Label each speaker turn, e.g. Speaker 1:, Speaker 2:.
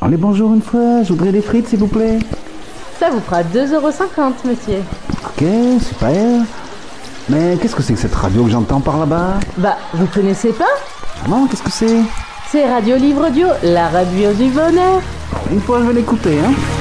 Speaker 1: Allez, bonjour une fois, je voudrais des frites, s'il vous plaît.
Speaker 2: Ça vous fera 2,50€, monsieur.
Speaker 1: Ok, super. Mais qu'est-ce que c'est que cette radio que j'entends par là-bas
Speaker 2: Bah, vous connaissez pas
Speaker 1: Ah Non, qu'est-ce que c'est
Speaker 2: C'est Radio Livre Audio, la radio du bonheur.
Speaker 1: Une fois, je vais l'écouter, hein.